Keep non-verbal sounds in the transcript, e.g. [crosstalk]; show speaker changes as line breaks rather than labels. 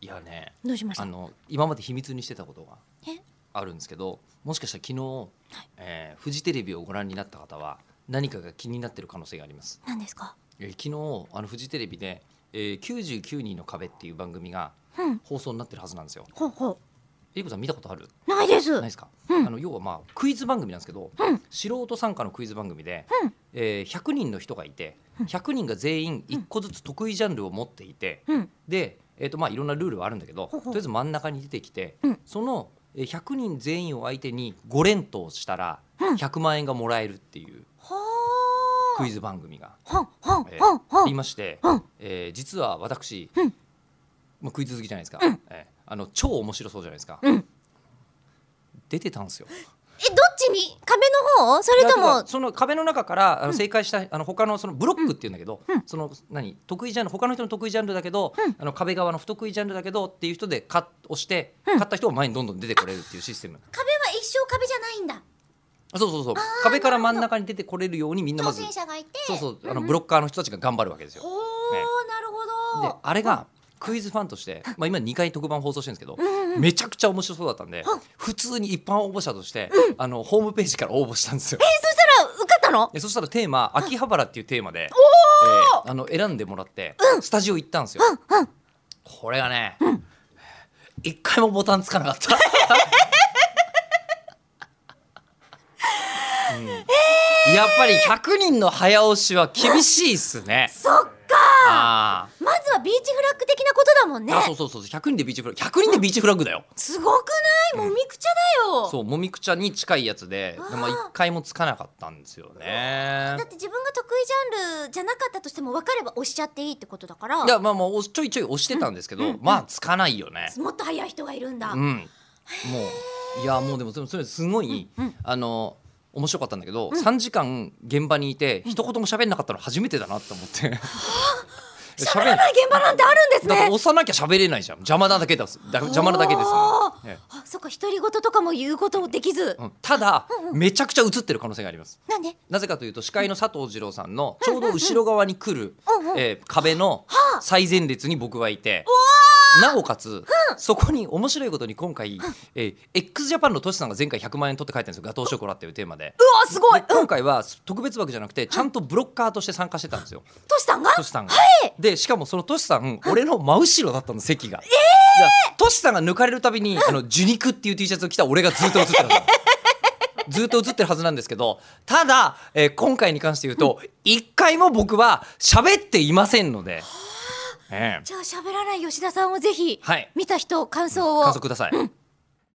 やね
どうしました
あの今まで秘密にしてたことが
え
あるんですけどもしかしたら昨日
はい、
えーフジテレビをご覧になった方は何かが気になってる可能性があります、
何ですか
えー昨日あのフジテレビで、えー99人の壁」っていう番組が
うん
放送になってるはずなんですよ。
ほうほ
えりこさん見たことある
うないです
ないですか、
うん
あの要はまあクイズ番組なんですけど、
うん
素人参加のクイズ番組で、
うん
えー100人の人がいて
うん
100人が全員1個ずつ得意ジャンルを持っていて、
うん
で、えーとまあ、いろんなルールはあるんだけど
ほうほ
と
う
りあえず真ん中に出てきて、
うん
そのえー100人全員を相手に5連投したら
うん
100万円がもらえるっていう
ほ
ク
う
イズ番組が
ほんほん
えー
ほんほ
あり
ん
まして、
うん
えー実は私、
うん
まあ、クイズ好きじゃないですか、
うん
えーあの超面白そうじゃないですか、
うん
出てたんですよ。
えどっちに壁の方それと
いやだか
も
らその壁の中からあの
うん
正解した、あの他のそのブロックっていうんだけど、
うん
その何得意ジャンル他の人の得意ジャンルだけど、
うん
あの壁側の不得意ジャンルだけどっていう人でカッ押して、
うん
勝った人を前にどんどん出てこれるっていうシステム。
壁は一生壁じゃないんだ
あそうそうそう壁から真ん中に出てこれるようにみんなま
挑
ず
戦者がいて
そうそうあの
んん
ブロッカーの人たちが頑張るわけですよ。
ほう
ね
なるほ
で
ど
あれがクイズファンとして、まあ、今2回特番放送してるんですけど、
うんうん
めちゃくちゃ面白そうだったんで、
うん
普通に一般応募者として、あのホームページから応募したんですよ。
えそしたら受かったの
でそしたらテーマ秋葉原っていうテーマで、えーあの選んでもらって、スタジオ行ったんですよ、これがね、一回もボタンつかなかった、うんやっぱり100人の早押しは厳しいっすね
そっ
あー
まずはビーチフラッグ的なことだもんね
あそうそうそう100人でビーチフラッグ100人でビーチフラッグだよ
すごくないもみくちゃだよ
そうもみくちゃに近いやつででも
あー
一回もつかなかったんですよね
だって自分が得意ジャンルじゃなかったとしても分かれば押しちゃっていいってことだから
いやまあまあおちょいちょい押してたんですけど、
うんうん
まあつかないよね、
もっと早い人がいるんだ、
うん、もういやもうでもでもそれすごい、
うんうん
あの面白かったんだけど、
うん
3時間現場にいて一言も喋んなかったの初めてだなって思って。 [laughs]
喋らない現場なんてあるんです
だって
ね
押さなきゃ喋れないじゃん邪魔なだけだすだ邪魔なだけですもん、ね
あそっか独り言とかも言うこともできず、
うん、ただ、
うんう
めちゃくちゃ映ってる可能性があります
なんで
なぜかというと司会の佐藤二郎さんのちょうど後ろ側に来る、
うんうん
えー壁の最前列に僕はいて、なおかつ、そこに面白いことに今回、えー、x ジャパンのトシさんが前回100万円取って帰ったんですよ「ガトーショコラ」っていうテーマで。
うわすごい、う
で
ん、
今回は特別枠じゃなくてちゃんとブロッカーとして参加してたんですよ
トシさんが
トシさんが。でしかもそのトシさん俺の真後ろだったの席が。ええトシさんが抜かれるたびに「あの受肉」っていう T シャツを着た俺がずっと映って [laughs] たの。ずっと映ってるはずなんですけどただ、えー今回に関して言うと一回も僕は喋っていませんので、ええ
じゃあ喋らない吉田さんをぜひ、
はい
見た人感想を
感想ください。